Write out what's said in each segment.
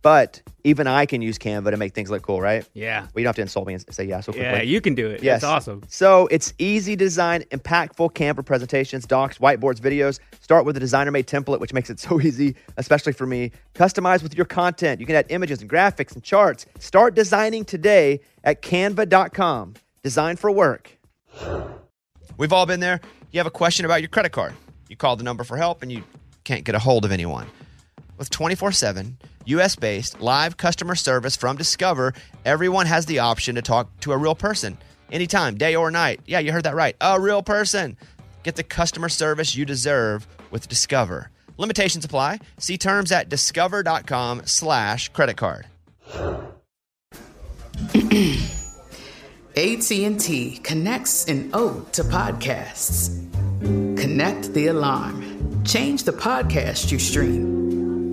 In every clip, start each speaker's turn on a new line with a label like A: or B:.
A: But even I can use Canva to make things look cool, right?
B: Yeah.
A: Well, you don't have to insult me and say yeah so quickly.
B: Yeah, you can do it.
A: Yes.
B: It's awesome.
A: So it's easy to design impactful Canva presentations, docs, whiteboards, videos. Start with a designer made template, which makes it so easy, especially for me. Customize with your content. You can add images and graphics and charts. Start designing today at canva.com. Design for work. We've all been there. You have a question about your credit card. You call the number for help and you can't get a hold of anyone. With 24 7, US based live customer service from Discover, everyone has the option to talk to a real person anytime, day or night. Yeah, you heard that right. A real person. Get the customer service you deserve with Discover. Limitations apply. See terms at discover.com slash credit card.
C: AT&T connects an ode to podcasts. Connect the alarm. Change the podcast you stream.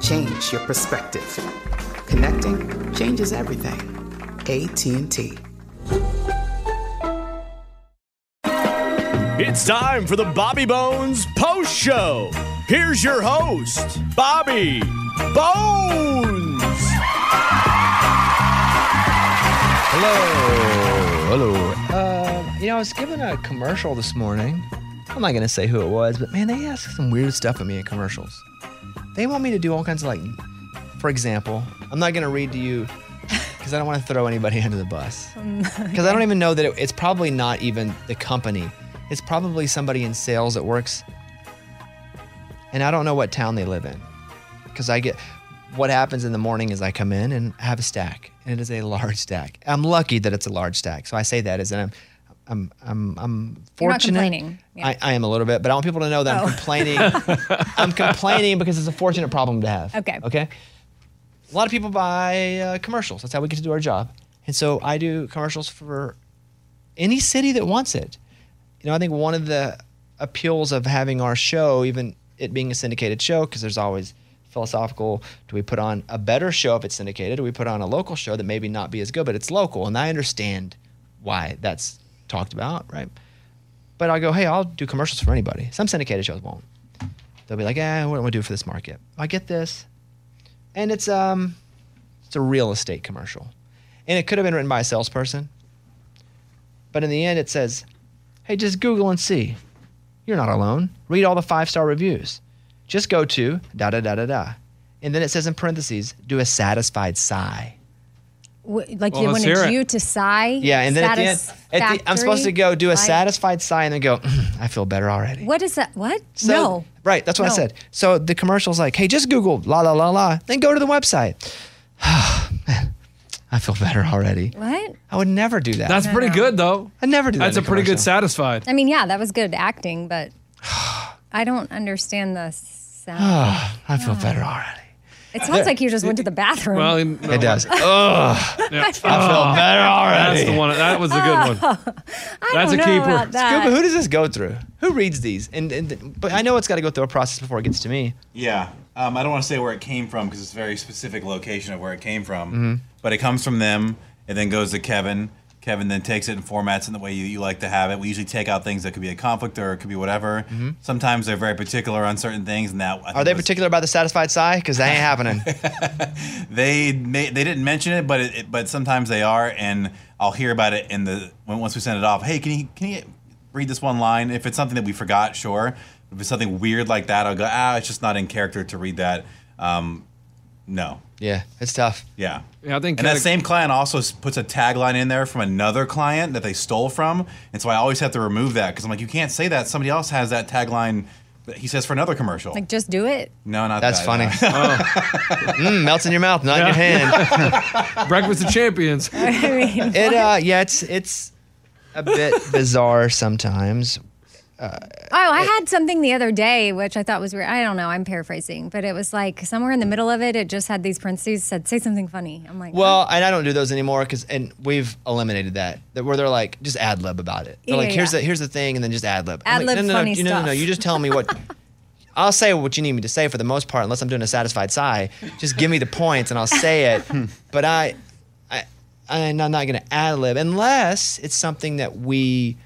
C: Change your perspective. Connecting changes everything. AT&T.
D: It's time for the Bobby Bones Post Show. Here's your host, Bobby Bones.
A: Hello. Hello. Uh, you know, I was given a commercial this morning. I'm not going to say who it was, but man, they ask some weird stuff of me in commercials. They want me to do all kinds of like, for example, I'm not going to read to you because I don't want to throw anybody under the bus. Because I don't even know that it, it's probably not even the company. It's probably somebody in sales that works, and I don't know what town they live in. Because I get what happens in the morning is I come in and have a stack, and it is a large stack. I'm lucky that it's a large stack. So I say that as in I'm, I'm, I'm, I'm
E: You're not
A: fortunate.
E: complaining. Yeah.
A: I, I am a little bit, but I want people to know that
E: Oh.
A: I'm complaining. I'm complaining because it's a fortunate problem to have.
E: Okay.
A: Okay. A lot of people buy uh, commercials. That's how we get to do our job. And so I do commercials for any city that wants it. You know, I think one of the appeals of having our show, even it being a syndicated show, because there's always philosophical do we put on a better show if it's syndicated? Do we put on a local show that maybe not be as good, but it's local? And I understand why that's talked about, right? But I'll go, hey, I'll do commercials for anybody. Some syndicated shows won't. They'll be like, eh, what do I do for this market? I get this. And it's um it's a real estate commercial. And it could have been written by a salesperson. But in the end it says, Hey, just Google and see. You're not alone. Read all the five star reviews. Just go to da da da da da. And then it says in parentheses, do a satisfied sigh.
E: W- like
F: Well,
E: you
F: let's hear
E: wanted
F: it.
E: you to sigh.
A: Yeah, and then at the end, at the, I'm supposed to go do a
E: satisfactory,
A: satisfied sigh and then go, "Mm, I feel better already.
E: like- What is that? What?
A: So-
E: no.
A: Right, that's what I
E: No.
A: said. So the commercial's like, hey, just Google la la la la, then go to the website. I feel better already.
E: What?
A: I would never do that.
F: That's pretty good though.
A: I never do that.
F: That's a
A: in
F: pretty good
A: commercial.
F: satisfied.
E: I mean, yeah, that was good acting, but I don't understand the sound.
A: I feel better already.
E: it sounds like you just went to the bathroom.
F: Well,
A: It does. Oh,
F: yeah. Oh.
A: I feel better already.
F: that's the one. That was a good one.
E: I
F: That's
E: don't
F: a
E: know
F: keeper.
E: about that.
A: Scuba, who does this go through? Who reads these? And, and but I know it's got to go through a process before it gets to me.
G: Yeah. Um, I don't want to say where it came from because it's
A: Mm-hmm.
G: a very specific location of where it came from. But it comes from them. It then goes to Kevin. Kevin then takes it and formats it in the way you, you like to have it. We usually take out things that could be a conflict or it could be whatever. Sometimes they're very particular on certain things, and that
A: Mm-hmm.
G: I
A: Are
G: think
A: they
G: was-
A: particular about the satisfied sigh? Because that ain't happening.
G: They may, they didn't mention it, but it, it- but sometimes they are, and I'll hear about it in the when, once we send it off. Hey, can you can you read this one line? If it's something that we forgot, sure. If it's something weird like that, I'll go. Ah, it's just not in character to read that. Um, no,
A: yeah, it's tough.
G: yeah.
F: Yeah, I think
G: And that
F: cate-
G: same client also s- puts a tagline in there from another client that they stole from, and so I always have to remove that because I'm like, you can't say that. Somebody else has that tagline that he says for another commercial.
E: Like, just do it.
G: no, not
A: That's
G: that.
A: funny. mm, melts in your mouth, not in your hand.
F: Breakfast of Champions.
E: I mean,
A: It uh, yeah, it's it's a bit bizarre sometimes.
E: oh, I had something the other day which I thought was weird. I don't know. I'm paraphrasing, but it was like somewhere in the middle of it, it just had these parentheses said, "Say something funny." I'm like,
A: Well, and I don't do those anymore because, and we've eliminated that. That where they're like just ad lib about it. They're
E: Yeah,
A: like, here's
E: yeah.
A: the here's the thing, and then just ad lib. I'm like,
E: Ad-lib
A: no, no, no,
E: funny
A: you- no, no, no,
E: stuff.
A: You just tell me what. I'll say what you need me to say for the most part, unless I'm doing a satisfied sigh. Just give me the points, and I'll say it.
E: Hmm.
A: but I, I, I'm not going to ad lib unless it's something that we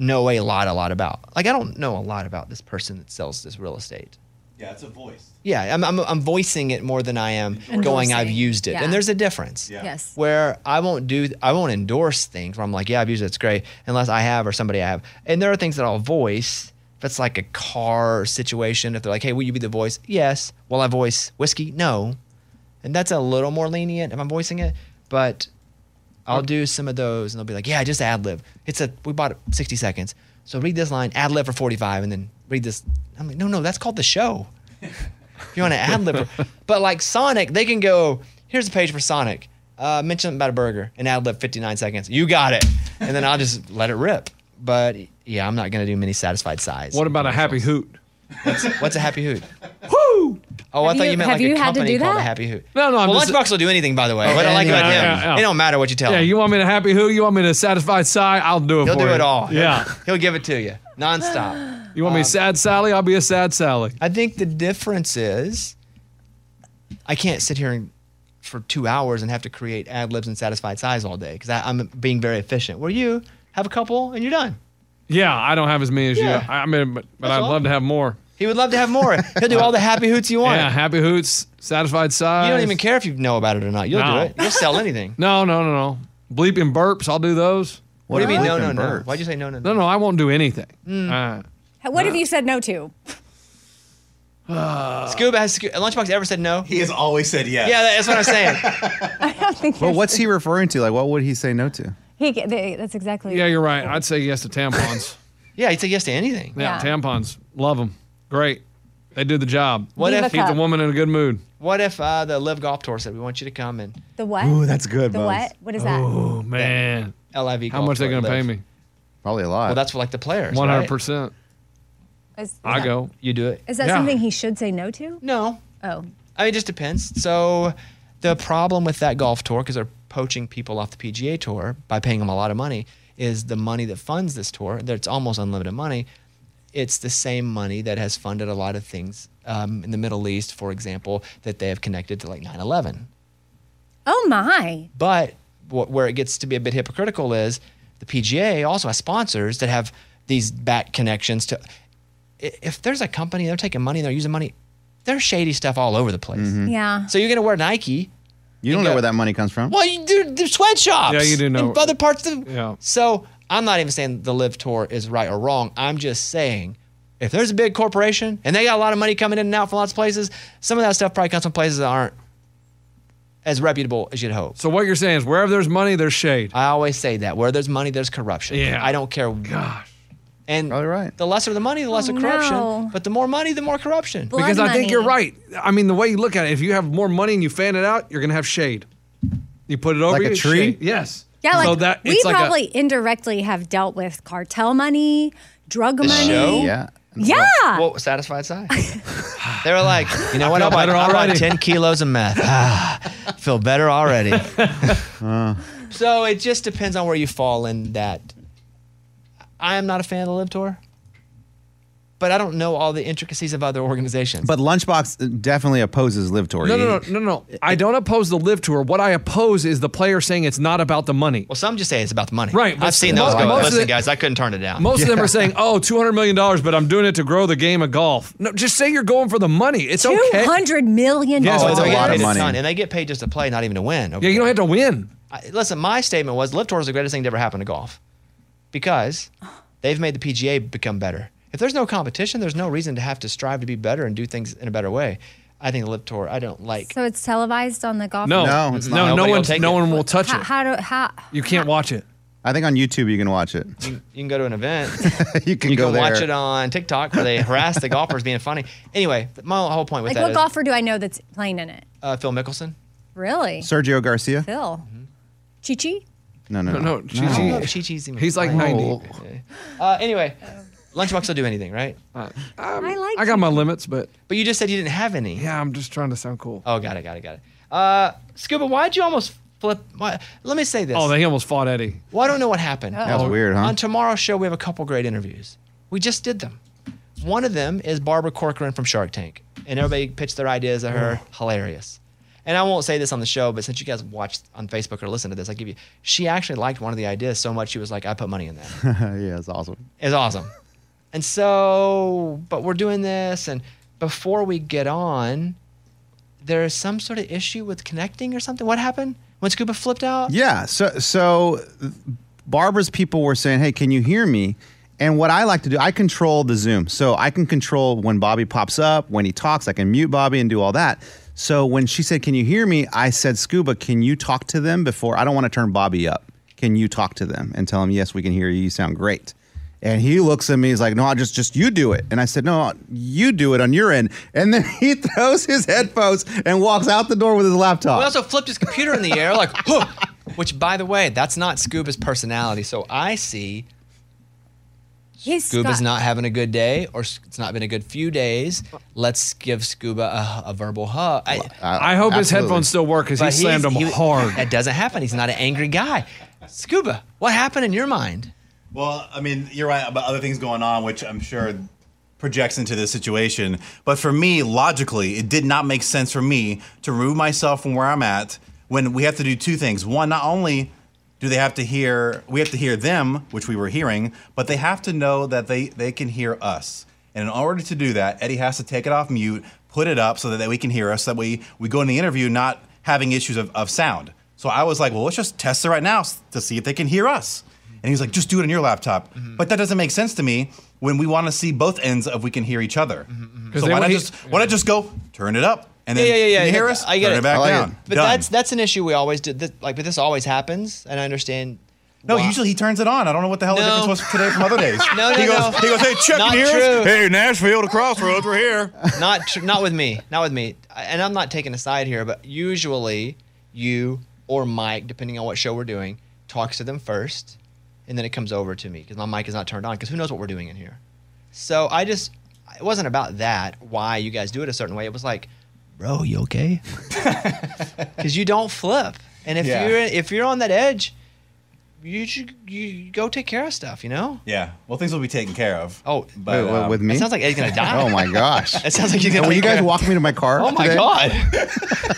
A: know a lot, a lot about. Like I don't know a lot about this person that sells this real estate.
G: Yeah, it's a voice.
A: Yeah, I'm, I'm, I'm voicing it more than I am going. I've
E: Endorsing,
A: used it,
E: yeah.
A: and there's a difference
G: Yeah.
E: Yes.
A: where I won't do I won't endorse things where I'm like, yeah, I've used it, it's great, unless I have or somebody I have. And there are things that I'll voice. If it's like a car situation, if they're like, hey, will you be the voice? Yes. Will I voice whiskey? No. And that's a little more lenient if I'm voicing it, but I'll do some of those and they'll be like, yeah, just ad lib. It's a we bought it 60 seconds. So read this line, ad lib for 45, and then read this. I'm like, no, no, that's called the show. If you want to ad lib, but like Sonic, they can go. Here's a page for Sonic. Uh, mention something about a burger and ad lib 59 seconds. You got it, and then I'll just let it rip. But yeah, I'm not gonna do many satisfied sighs.
F: What about a happy hoot?
A: What's a happy hoot? Whoo! Oh, I
E: Have
A: thought you,
E: you-
A: meant
E: have
A: like a
E: you had to
A: company
E: do
A: called a
E: that?
A: happy hoot.
F: No, no, I'm
A: well,
F: just-
A: Lunchbox will do anything, by the way. What I like about
F: yeah,
A: him,
F: yeah, yeah.
A: it don't matter what you tell
F: Yeah,
A: him.
F: you want me to happy hoot? You want me to satisfied sigh? I'll do it
A: He'll
F: for
A: do
F: you.
A: it all. Um,
F: Yeah.
A: He'll give it to you nonstop.
F: You want me sad Sally? I'll be a sad Sally.
A: I think the difference is I can't sit here and, for two hours and have to create ad libs and satisfied sighs all day because I'm being very efficient. Where you have a couple and you're done.
F: Yeah, I don't have as many as
A: Yeah.
F: you. I I mean, but, but
A: That's
F: I'd
A: all.
F: love to have more.
A: He would love to have more. He'll do all the happy hoots you want.
F: Yeah, happy hoots, satisfied sighs.
A: You don't even care if you know about it or not. You'll
F: No.
A: do it. You'll sell anything.
F: No, no, no, no. Bleeping burps. I'll do those.
A: what do you mean? No, no,
G: Flipping
A: no.
G: birds.
A: Why'd you say no, no,
F: No,
A: no?
F: no, I won't do anything. Uh,
E: what have you said no to?
A: Scuba has Scuba, Lunchbox ever said no?
G: He has always said yes.
A: Yeah, that's what I'm saying.
H: But what's he referring to? Like, what would he say no to?
E: He, they, that's exactly.
F: yeah, you're right. I'd say yes to tampons.
A: Yeah, he'd say yes to anything.
F: yeah,
E: Yeah.
F: tampons. Love them. Great. They do the job.
A: What
E: Leave
A: if-
E: a
F: Keep the
E: cup.
F: woman in a good mood.
A: What if uh, the Live Golf Tour said we want you to come and
E: The what?
H: Ooh, that's good,
E: The
H: Bones.
E: what? What is that?
F: Oh man,
A: LIV?
F: how
A: Golf
F: much they
A: Tour
F: gonna pay
A: Live?
F: me?
H: Probably a lot.
A: Well, that's for like the players.
F: Uh, One hundred
A: right?
F: percent.
E: Is- is
F: I
E: that-
F: go.
A: You do it.
E: Is that
F: Yeah.
E: something he should say no to?
A: No,
E: Oh,
A: I mean, it just depends. So the problem with that golf tour, because they're poaching people off the PGA tour by paying them a lot of money, is the money that funds this tour. That's almost unlimited money. It's the same money that has funded a lot of things um, in the Middle East, for example, that they have connected to like 9 11.
E: oh my!
A: But wh- where it gets to be a bit hypocritical is the PGA also has sponsors that have these back connections to. i- If there's a company, they're taking money, they're using money, there's shady stuff all over the place.
E: Yeah.
A: So you're gonna wear Nike.
H: Mm-hmm. you don't know
A: got-
H: where that money comes from.
A: Well, you do the sweatshops.
F: Yeah, you do know-
A: And other parts of the.
F: Yeah.
A: So I'm not even saying the Live Tour is right or wrong. I'm just saying if there's a big corporation and they got a lot of money coming in and out from lots of places, some of that stuff probably comes from places that aren't as reputable as you'd hope.
F: So what you're saying is wherever there's money, there's shade.
A: I always say that where there's money, there's corruption.
F: Yeah.
A: I don't care. Gosh. And
H: Probably right.
A: the lesser the money, the lesser
E: Oh,
A: corruption.
E: no.
A: But the more money, the more corruption.
E: Blood
F: because I think
E: money.
F: you're right. I mean, the way you look at it, if you have more money and you fan it out, you're gonna have shade. You put it over
H: Like a
F: you, it's
H: tree?
F: shade. Yes.
E: Yeah, like
F: so that
E: we
F: it's like
E: probably
F: a,
E: indirectly have dealt with cartel money, drug money.
A: show?
H: yeah.
E: Yeah.
A: What was satisfied sigh? they were like, you know what? I
F: feel
A: bought,
F: better
A: I bought
F: already.
A: 10 kilos of meth. Ah, feel better already. So it just depends on where you fall in that. I am not a fan of the Live Tour.
H: but I don't know all the intricacies of other organizations.
D: But Lunchbox definitely opposes Live Tour.
F: No, no, no, no, no. I don't oppose the live tour. What I oppose is the player saying it's not about the money.
H: well, some just say it's about the money.
F: Right, but
H: I've seen
F: mo-
H: those. go,
F: most of
H: Listen,
F: the-
H: guys, I couldn't turn it down.
F: Most of them are saying, "Oh, two hundred million dollars, but I'm doing it to grow the game of golf." No, just say you're going for the money. It's
E: Two
F: okay.
E: hundred million
F: Yes,
H: Oh,
D: it's
H: they
D: a
H: get
D: lot of
H: paid
D: money.
H: ton, and they get paid just to play, not even to win.
F: Yeah, you don't have to win.
H: I, listen, my statement was Live Tour is the greatest thing to ever happen to golf because they've made the PGA become better. If there's no competition, there's no reason to have to strive to be better and do things in a better way. I think Live Tour, I don't like.
E: So it's televised on the golf.
F: No,
D: No, it's
F: no,
D: not.
F: no
H: Nobody will
F: one,
H: take
F: no
H: it.
F: one will touch
E: How,
F: it.
E: how do how?
F: You can't watch it.
D: I think on YouTube you can watch it.
H: you, you can go to an event,
D: you can
H: you
D: go
H: can
D: there.
H: watch it on TikTok where they harass the golfers being funny. Anyway, my whole point with
E: Like
H: that
E: what
H: is,
E: golfer do I know that's playing in it?
H: uh, Phil Mickelson.
E: Really?
D: Sergio Garcia?
E: Phil. Chichi?
D: No, no, no.
F: No, she-
H: I don't
F: she-
H: know if Chi-Chi's even
F: he's like
H: playing.
F: ninety.
H: Oh. Uh, anyway, Lunchbox will do anything, right?
E: I like.
F: Um, I got my limits, but
H: But you just said you didn't have any.
F: yeah, I'm just trying to sound cool.
H: Oh, got it, got it, got it. Uh, Scuba, why'd you almost flip? Why, let me say this.
F: Oh, they almost fought Eddie.
H: well, I don't know what happened.
D: That was weird, huh?
H: On tomorrow's show, we have a couple great interviews. We just did them. One of them is Barbara Corcoran from Shark Tank, and everybody pitched their ideas at her. Hilarious. And I won't say this on the show, but since you guys watched on Facebook or listened to this, I give you. She actually liked one of the ideas so much she was like, "I put money in that."
D: yeah, it's awesome.
H: is awesome. And so, but we're doing this, and before we get on, there is some sort of issue with connecting or something. What happened when Scuba flipped out?
D: Yeah. So so Barbara's people were saying, "Hey, can you hear me?" And what I like to do, I control the Zoom. So I can control when Bobby pops up, when he talks, I can mute Bobby and do all that. So when she said, "Can you hear me?" I said, "Scuba, can you talk to them before I don't want to turn Bobby up. Can you talk to them and tell them, "Yes, we can hear you. You sound great." And he looks at me. He's like, "No, I just just you do it." And I said, "No, you do it on your end." And then he throws his headphones and walks out the door with his laptop.
H: We also flipped his computer in the air, like, "Huh." which, by the way, that's not Scuba's personality. So I see
E: He's
H: Scuba's
E: Scot-
H: not having a good day, or s- it's not been a good few days. Let's give Scuba a, a verbal hug. I,
F: I hope his
D: Uh, absolutely.
F: headphones still work because he
H: but
F: slammed them
H: he's- he-
F: hard.
H: That doesn't happen. He's not an angry guy. Scuba, what happened in your mind?
G: Well, I mean, you're right about other things going on, which I'm sure projects into this situation. But for me, logically, it did not make sense for me to remove myself from where I'm at when we have to do two things. One, not only do they have to hear, we have to hear them, which we were hearing, but they have to know that they, they can hear us. And in order to do that, Eddie has to take it off mute, put it up so that we can hear us, so that we, we go in the interview not having issues of, of sound. So I was like, well, let's just test it right now s- to see if they can hear us. And he's like, just do it on your laptop.
H: Mm-hmm.
G: But that doesn't make sense to me when we want to see both ends of we can hear each other. So
F: they-
G: why not
F: he-
G: just why not just go turn it up and then
H: Mm-hmm, yeah, yeah, yeah.
G: can you
H: yeah.
G: hear us?
H: I get
G: turn it, back
D: like
G: down.
D: it.
H: But
G: Done.
H: that's that's an issue we always did. This, like, but this always happens, and I understand.
G: no.
H: why.
G: Usually he turns it on. I don't know what the hell
H: No.
G: the difference was today from other days.
H: No, no,
G: he goes,
H: no.
G: he goes, hey, check
H: Not
G: and hear
H: true.
G: us. Hey, Nashville, the crossroads, we're here.
H: not tr- not with me, not with me. I- And I'm not taking a side here, but usually you or Mike, depending on what show we're doing, talks to them first, and then it comes over to me because my mic is not turned on. Because who knows what we're doing in here? So I just it wasn't about that. Why you guys do it a certain way? It was like, bro, you okay? Because you don't flip, and if
G: Yeah.
H: you're if you're on that edge, you should you go take care of stuff. You know?
G: Yeah. Well, things will be taken care of.
H: Oh,
D: Wait,
G: but
D: wait,
G: um,
D: Uh, with me?
H: It sounds like Ed's gonna die.
D: Oh my gosh.
H: It sounds like he's gonna.
D: And will you
H: take
D: guys
H: care-
D: walk me to my car?
H: Oh my
D: today?
H: god.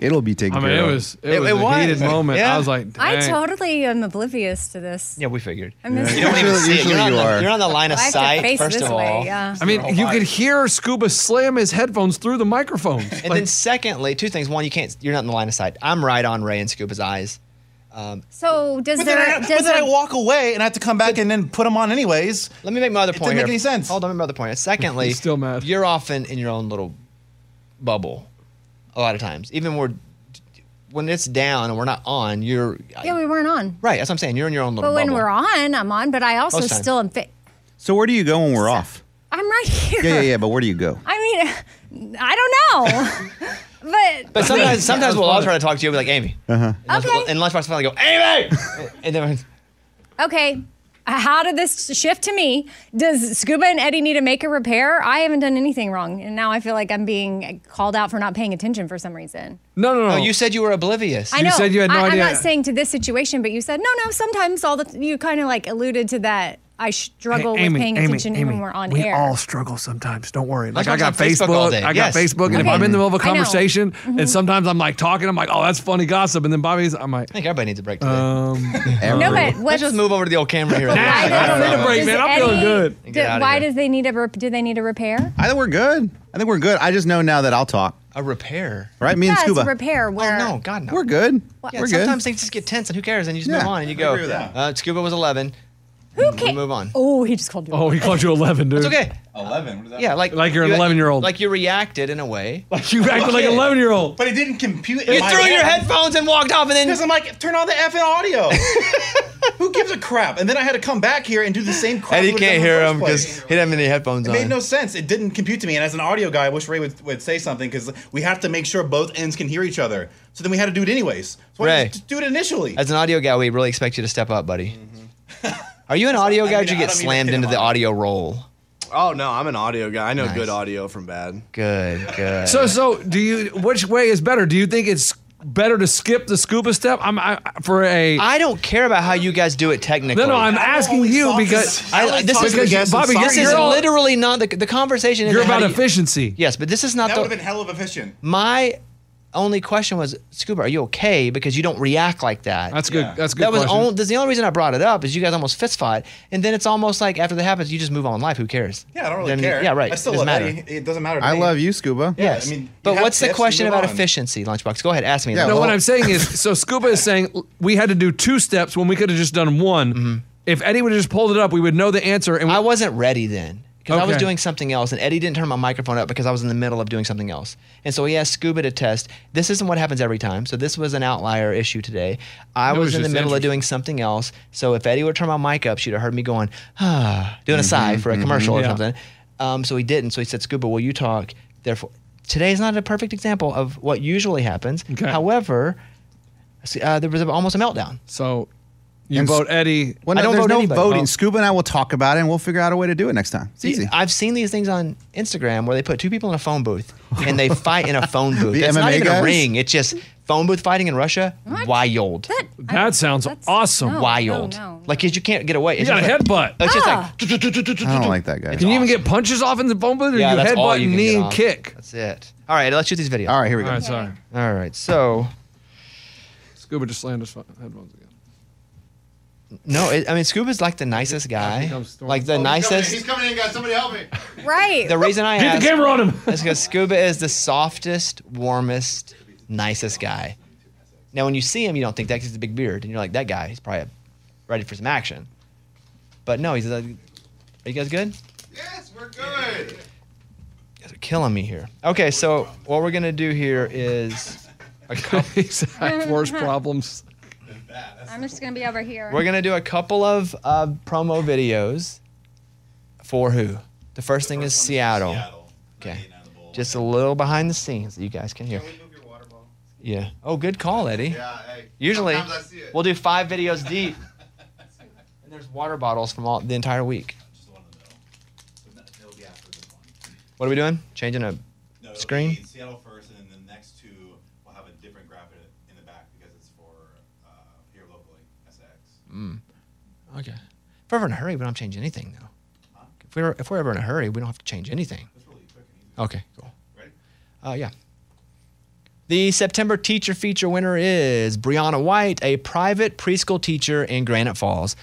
D: It'll be taken
F: I mean,
D: care
F: it
D: of.
F: was it,
H: It-
F: was
H: it
F: a
H: was.
F: heated moment.
H: Yeah.
F: I was like,
E: I
F: dang.
E: totally am oblivious to this.
H: Yeah, we figured.
E: I'm just-
H: You don't even
D: Usually-
H: see it.
D: usually
H: You're, on
D: you
H: the,
D: are.
H: you're on the line of
E: I have to
H: sight,
E: face
H: first
E: this
H: of
E: way.
H: all.
E: Yeah.
F: I mean, you could hear Scuba slam his headphones through the microphones.
H: And then secondly, two things. One, you can't you're not in the line of sight. I'm right on Ray and Scuba's eyes.
E: So does
G: But
E: there?
G: then, I,
E: does
G: but then I
E: there-
G: walk away and I have to come back and then put them on anyways.
H: Let me make my other
G: It
H: point.
G: didn't make
H: here.
G: any sense.
H: Hold on, let me make my other point. Secondly,
F: I'm still mad.
H: you're often in your own little bubble a lot of times. Even when we're when it's down and we're not on, you're
E: yeah, we weren't on.
H: right, that's what I'm saying. You're in your own little
E: But when
H: bubble.
E: we're on, I'm on. But I also
H: Most time.
E: still am. Fi-
D: So where do you go when we're off?
E: I'm right here.
D: Yeah, yeah, yeah. But where do you go?
E: I mean, I don't know. but
H: but sometimes, sometimes
F: was
H: we'll all
F: fun.
H: try to talk to you. We'll be like, Amy. Uh-huh. And,
E: Okay.
H: lunchbox, and Lunchbox finally go, Amy! and then we're-
E: okay. How did this shift to me? Does Scuba and Eddie need to make a repair? I haven't done anything wrong, and now I feel like I'm being called out for not paying attention for some reason.
F: no, no, no.
H: oh, you said you were oblivious.
E: I know.
F: said you had no
E: I,
F: idea.
E: I'm not saying to this situation, but you said no, no. Sometimes all the you kind of like alluded to that. I struggle
F: Hey, Amy,
E: with paying
F: Amy,
E: attention
F: Amy,
E: when we're on
F: we
E: air.
F: all struggle sometimes. Don't worry. Like
A: I'm
F: I got
A: on Facebook all
F: Facebook,
A: day.
F: I got
A: Yes.
F: Facebook, and if
E: Okay.
F: I'm in the middle of a
E: I know. Mm-hmm.
F: conversation, and sometimes I'm like talking, I'm like, oh, that's funny gossip, and then Bobby's, I'm
A: I
F: like,
A: think everybody needs a break today.
F: um,
E: no, but
A: Let's
E: what's
A: just move over to the old camera here.
E: why
F: I don't
E: does-
F: need a break,
E: does
F: man. I'm feeling
E: any-
F: good.
E: do-
A: Get out of
E: why
A: here.
E: does they need a rep- do they need a repair?
H: I think we're good. I think we're good. I just know now that I'll talk.
A: a repair.
H: Right? Me and
E: yeah, it's
H: Scuba.
E: a repair.
A: Oh
E: Where
A: no, God no.
H: We're good.
A: Yeah,
H: we're good.
A: sometimes things just get tense, and who cares? And you just
H: Yeah,
A: move on, and you
H: I
A: go.
H: agree with that.
A: Uh, Scuba was 11.
E: who can
A: move on.
E: Oh, he just called you.
F: oh, he called you 11, dude.
A: It's okay.
G: Eleven. What is that?
A: Yeah, like
F: Like you're an
A: you-
F: 11-year-old.
A: Like you reacted in a way.
F: Like you acted like an 11 year old.
G: But it didn't compute.
A: You threw your headphones and walked off, and then
D: Because I'm like, turn on the effing audio. Who gives a crap? And then I had to come back here and do the same crap.
A: Eddie
D: we've done in
A: can't
D: the
A: hear
D: first
A: him because
D: place.
A: he didn't have any headphones
D: It made
A: on.
D: no sense. It didn't compute to me. And as an audio guy, I wish Ray would, would say something because we have to make sure both ends can hear each other. So then we had to do it anyways. So why
A: Ray.
D: didn't you just do it initially?
A: As an audio guy, we really expect you to step up, buddy. Are you an audio guy? or Did you
D: mean, I
A: get
D: don't mean to
A: slammed
D: hit
A: into
D: him
A: the
D: on it.
A: audio roll?
I: Oh no, I'm an audio guy. I know
A: Nice.
I: good audio from bad.
A: Good, good.
F: So, so do you, which way is better? Do you think it's better to skip the scuba step? I'm I, for a.
A: I don't care about how you guys do it technically.
F: no, no, I'm asking you because.
A: I, this
I: talk
A: is
I: to the guests
F: Bobby,
I: and
F: you're-
A: this is
F: you're all-
A: literally not the, the conversation. Is
F: You're
A: how
F: about
A: do you-
F: efficiency.
A: Yes, but this is not
D: that
A: the.
D: would have been hell of efficient.
A: my only question was, Scuba, are you okay? Because you don't react like that.
F: That's good. That's a good.
A: that was
F: question.
A: only, that's the only reason I brought it up is you guys almost fist fought, and then it's almost like after that happens, you just move on in life. Who cares?
D: Yeah, I don't really
A: Then-
D: care.
A: Yeah, right.
D: I still
A: it doesn't
D: love
A: matter.
D: Eddie. It doesn't matter. To
H: I
D: me.
H: love you, Scuba.
D: Yeah,
A: Yes.
D: I mean, you
A: but
D: have
A: what's the
D: tips, you
A: question
D: move
A: about
D: on.
A: efficiency, Lunchbox? Go ahead, ask me.
H: Yeah,
A: about
F: No,
H: well-
F: what I'm saying is, so Scuba is saying l- we had to do two steps when we could have just done one. If Eddie would have just pulled it up, we would know the answer. And we,
A: Mm-hmm. I wasn't ready then because I was
F: Okay.
A: doing something else, and Eddie didn't turn my microphone up because I was in the middle of doing something else. And so he asked Scuba to test. This isn't what happens every time, so this was an outlier issue today. I
F: That
A: was,
F: was
A: in the
F: just
A: middle of doing something else, so if Eddie would turn my mic up, she'd have heard me going, ah, doing a sigh for a commercial or
F: Mm-hmm. Yeah.
A: something. Um, so he didn't. So he said, Scuba, will you talk? Therefore, today's not a perfect example of what usually happens.
F: Okay.
A: However, uh, there was almost a meltdown.
F: so you
H: And s-
F: vote Eddie.
H: Well,
A: I
H: no,
A: don't
H: there's
A: vote
H: no
A: anybody.
H: voting.
A: Oh.
H: Scuba and I will talk about it, and we'll figure out a way to do it next time. It's
A: See,
H: easy.
A: I've seen these things on Instagram where they put two people in a phone booth and they fight in a phone booth.
H: The
A: it's not
H: MMA
A: even a
H: guys?
A: ring. It's just phone booth fighting in Russia. Wild.
E: That, I-
F: That sounds awesome.
E: no,
A: Wild.
E: no, Ah. no.
A: Like 'cause you can't get away.
F: you
A: It's
F: got a
A: just like-
F: headbutt.
A: It's just like
H: I don't like that guy.
F: Can you even get punches off in the phone booth, or
A: yeah,
F: you
A: that's all
F: headbutt,
A: you can
F: knee,
A: get
F: and
A: off.
F: kick?
A: That's it. All right, let's shoot these videos.
H: All right, here we go.
F: All right, sorry.
A: All right. So
F: Scuba just slammed his fu- headphones again.
A: no, it, I mean Scuba's like the nicest guy.
F: comes Storm.
A: Like the nicest.
I: Oh, coming in, guys. Somebody help me.
E: right.
A: The reason I
F: Get the
A: asked
F: camera on him.
A: is because Scuba is the softest, warmest, nicest guy. Now, when you see him, you don't think that 'cause he's a big beard, and you're like, that guy, he's probably ready for some action. But no, he's like, are you guys good?
I: Yes, we're good.
A: You guys are killing me here. Okay, so what we're gonna do here is a couple.
F: He's had worse problems.
E: I'm just gonna be over here.
A: We're gonna do a couple of uh, promo videos for who? The first thing is Seattle. Okay. Just a little behind the scenes that you guys can hear. Yeah. Oh, good call, Eddie.
I: Yeah, hey.
A: Usually,
I: Sometimes I see it.
A: we'll do five videos deep, and there's water bottles from all the entire week. What are we doing? Changing a
G: No, it'll
A: Screen?
G: be Seattle first, and then the next two will have a different graphic in the back because it's for uh, here locally, SX.
H: Mm.
A: okay. If we're ever in a hurry, we don't have to change anything though. If we're if we're ever in a hurry, we don't have to change anything. Okay, cool.
G: Ready?
A: Uh, yeah. The September teacher feature winner is Brianna White, a private preschool teacher in Granite Falls.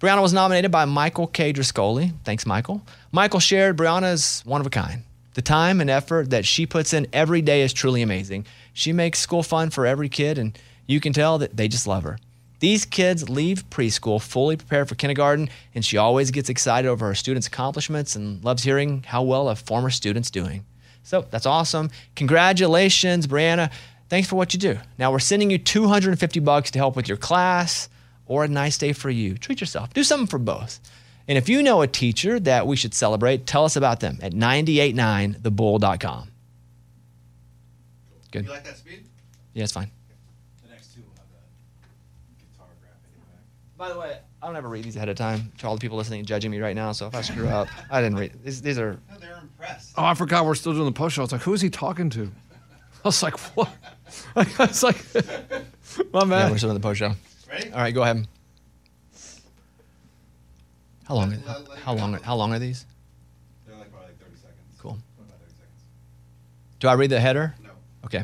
A: Brianna was nominated by Michael K. Driscoli. Thanks, Michael. Michael shared Brianna's one of a kind. The time and effort that she puts in every day is truly amazing. She makes school fun for every kid, and you can tell that they just love her. These kids leave preschool fully prepared for kindergarten, and she always gets excited over her students' accomplishments and loves hearing how well a former student's doing. So that's awesome. Congratulations, Brianna. Thanks for what you do. Now we're sending you 250 bucks to help with your class or a nice day for you. Treat yourself. Do something for both. And if you know a teacher that we should celebrate, tell us about them at 989thebull.com. Good.
I: You like that speed?
A: Yeah, it's fine.
G: The next two will have a guitar graphic in the back.
A: By the way, I don't ever read these ahead of time to all the people listening and judging me right now. So if I screw up, I didn't read. These, these are
G: No, they're impressed.
F: Oh, I forgot we're still doing the post show. I was like, who is he talking to? I was like, what? I was like, my
A: yeah,
F: man.
A: we're still in the post show.
G: Ready?
A: All right, go ahead. How long? How, how long? How long are these?
I: They're like probably like 30 seconds.
A: Cool.
I: About 30 seconds.
A: Do I read the header? No. Okay.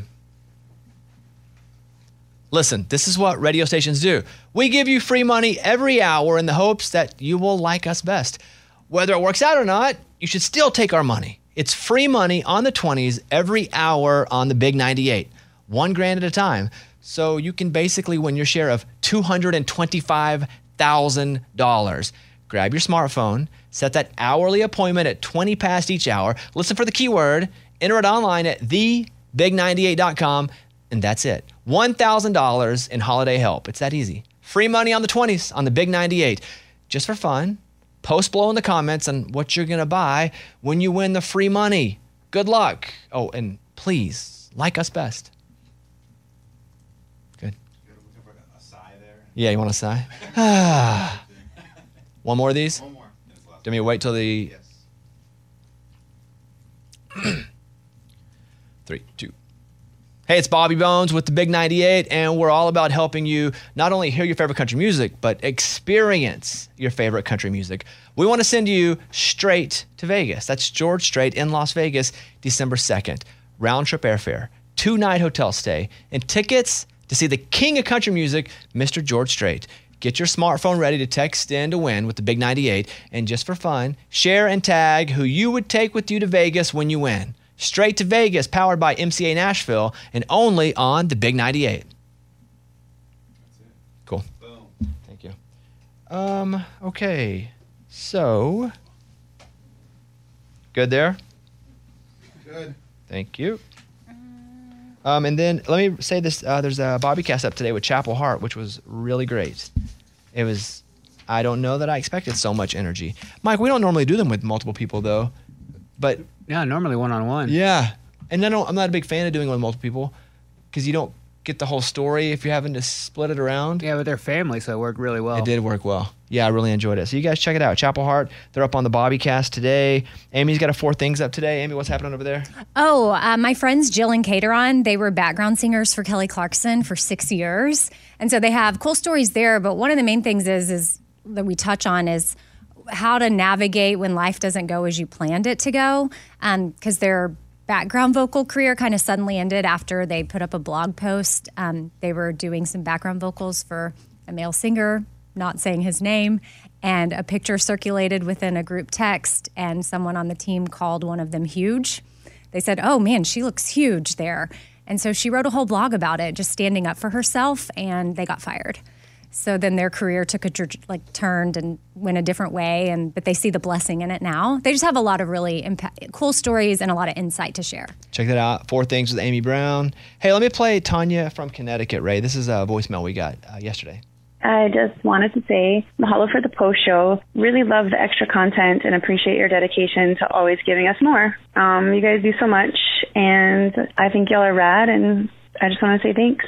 A: Listen, this is what radio stations do. We give you free money every hour in the hopes that you will like us best. Whether it works out or not, you should still take our money. It's free money on the 20s every hour on the Big 98, one grand at a time. So you can basically win your share of $225,000. Grab your smartphone, set that hourly appointment at 20 past each hour, listen for the keyword, enter it online at thebig98.com, and that's it. $1,000 in holiday help. It's that easy. Free money on the 20s on the Big 98. Just for fun, post below in the comments on what you're going to buy when you win the free money. Good luck. Oh, and please like us best. Good. Yeah, you want to sigh? One more of these? One more. Do we wait till the. Three, two. Hey, it's Bobby Bones with the Big 98, and we're all about helping you not only hear your favorite country music, but experience your favorite country music. We want to send you straight to Vegas. That's George Strait in Las Vegas, December 2nd. Round trip airfare, two night hotel stay, and tickets to see the king of country music, Mr. George Strait. Get your smartphone ready to text in to win with the Big 98, and just for fun, share and tag who you would take with you to Vegas when you win. Straight to Vegas, powered by MCA Nashville, and only on the Big 98. Cool. Thank you. Um, okay. So, good there?
I: Good.
A: Thank you. Um, and then let me say this: uh, there's a Bobby cast up today with Chapel Heart, which was really great. It was. I don't know that I expected so much energy, Mike. We don't normally do them with multiple people though, but
B: Yeah, normally one on one.
A: yeah. And I don't. I'm not a big fan of doing it with multiple people because you don't get the whole story if you're having to split it around.
B: Yeah, but they're family, so it worked really well.
A: It did work well. Yeah, I really enjoyed it. So you guys check it out. Chapel Heart. They're up on the Bobbycast today. Amy's got a four things up today. Amy, what's happening over there?
E: Oh, uh, my friends Jill and Cateron, they were background singers for Kelly Clarkson for six years. And so they have cool stories there. But one of the main things is, is that we touch on is how to navigate when life doesn't go as you planned it to go. Because their background vocal career kind of suddenly ended after they put up a blog post. Um, they were doing some background vocals for a male singer, not saying his name. And a picture circulated within a group text, and someone on the team called one of them huge they said, Oh man, she looks huge there. And so she wrote a whole blog about it, just standing up for herself, and they got fired. So then their career took a dr- like turned and went a different way, and but they see the blessing in it now. They just have a lot of really impa- cool stories and a lot of insight to share.
A: Check that out. Four Things with Amy Brown. Hey, let me play Tanya from Connecticut, Ray. This is a voicemail we got uh, yesterday.
J: I just wanted to say mahalo for the post show. Really love the extra content and appreciate your dedication to always giving us more. Um, you guys do so much, and I think y'all are rad, and I just want to say thanks.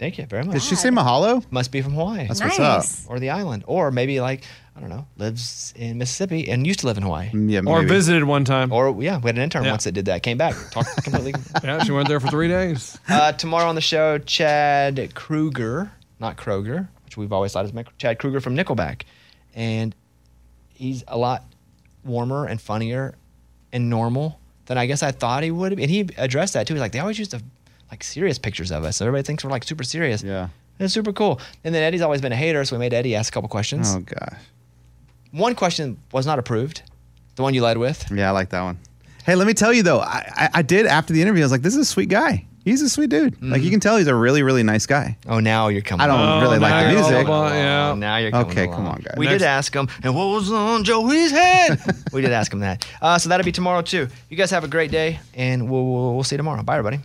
A: Thank you very much.
H: Did she say mahalo?
A: Must be from Hawaii
H: What's up?
A: or the island, or maybe like, I don't know, lives in Mississippi and used to live in Hawaii.
H: Yeah,
F: Or
H: maybe.
F: visited one time.
A: Or, yeah, we had an intern
F: Yeah.
A: once that did that, came back, talked completely.
F: yeah, she went there for three days.
A: Uh, tomorrow on the show, Chad Kruger, not Kroger, which we've always thought is Mick- Chad Kruger from Nickelback, and he's a lot warmer and funnier and normal than I guess I thought he would. And he addressed that too. He's like, they always used to like serious pictures of us, so everybody thinks we're like super serious.
H: Yeah.
A: it's super cool. And then Eddie's always been a hater, so we made Eddie ask a couple questions.
H: Oh gosh.
A: One question was not approved, the one you led with.
H: Yeah, I like that one. Hey, let me tell you though, I, I, I did after the interview. I was like, this is a sweet guy. He's a sweet dude. Like you can tell, he's a really, really nice guy.
A: Oh, now you're coming.
H: I don't
A: along.
H: really
F: now
H: like the
F: you're all
H: music.
F: about-
A: Oh,
F: yeah.
A: now you're coming
H: Okay,
A: along.
H: come on, guys.
A: We
F: Next-
A: did ask him, and what was on Joey's head? we did ask him that. Uh, so that'll be tomorrow too. You guys have a great day, and we'll we'll, we'll see you tomorrow. Bye, everybody.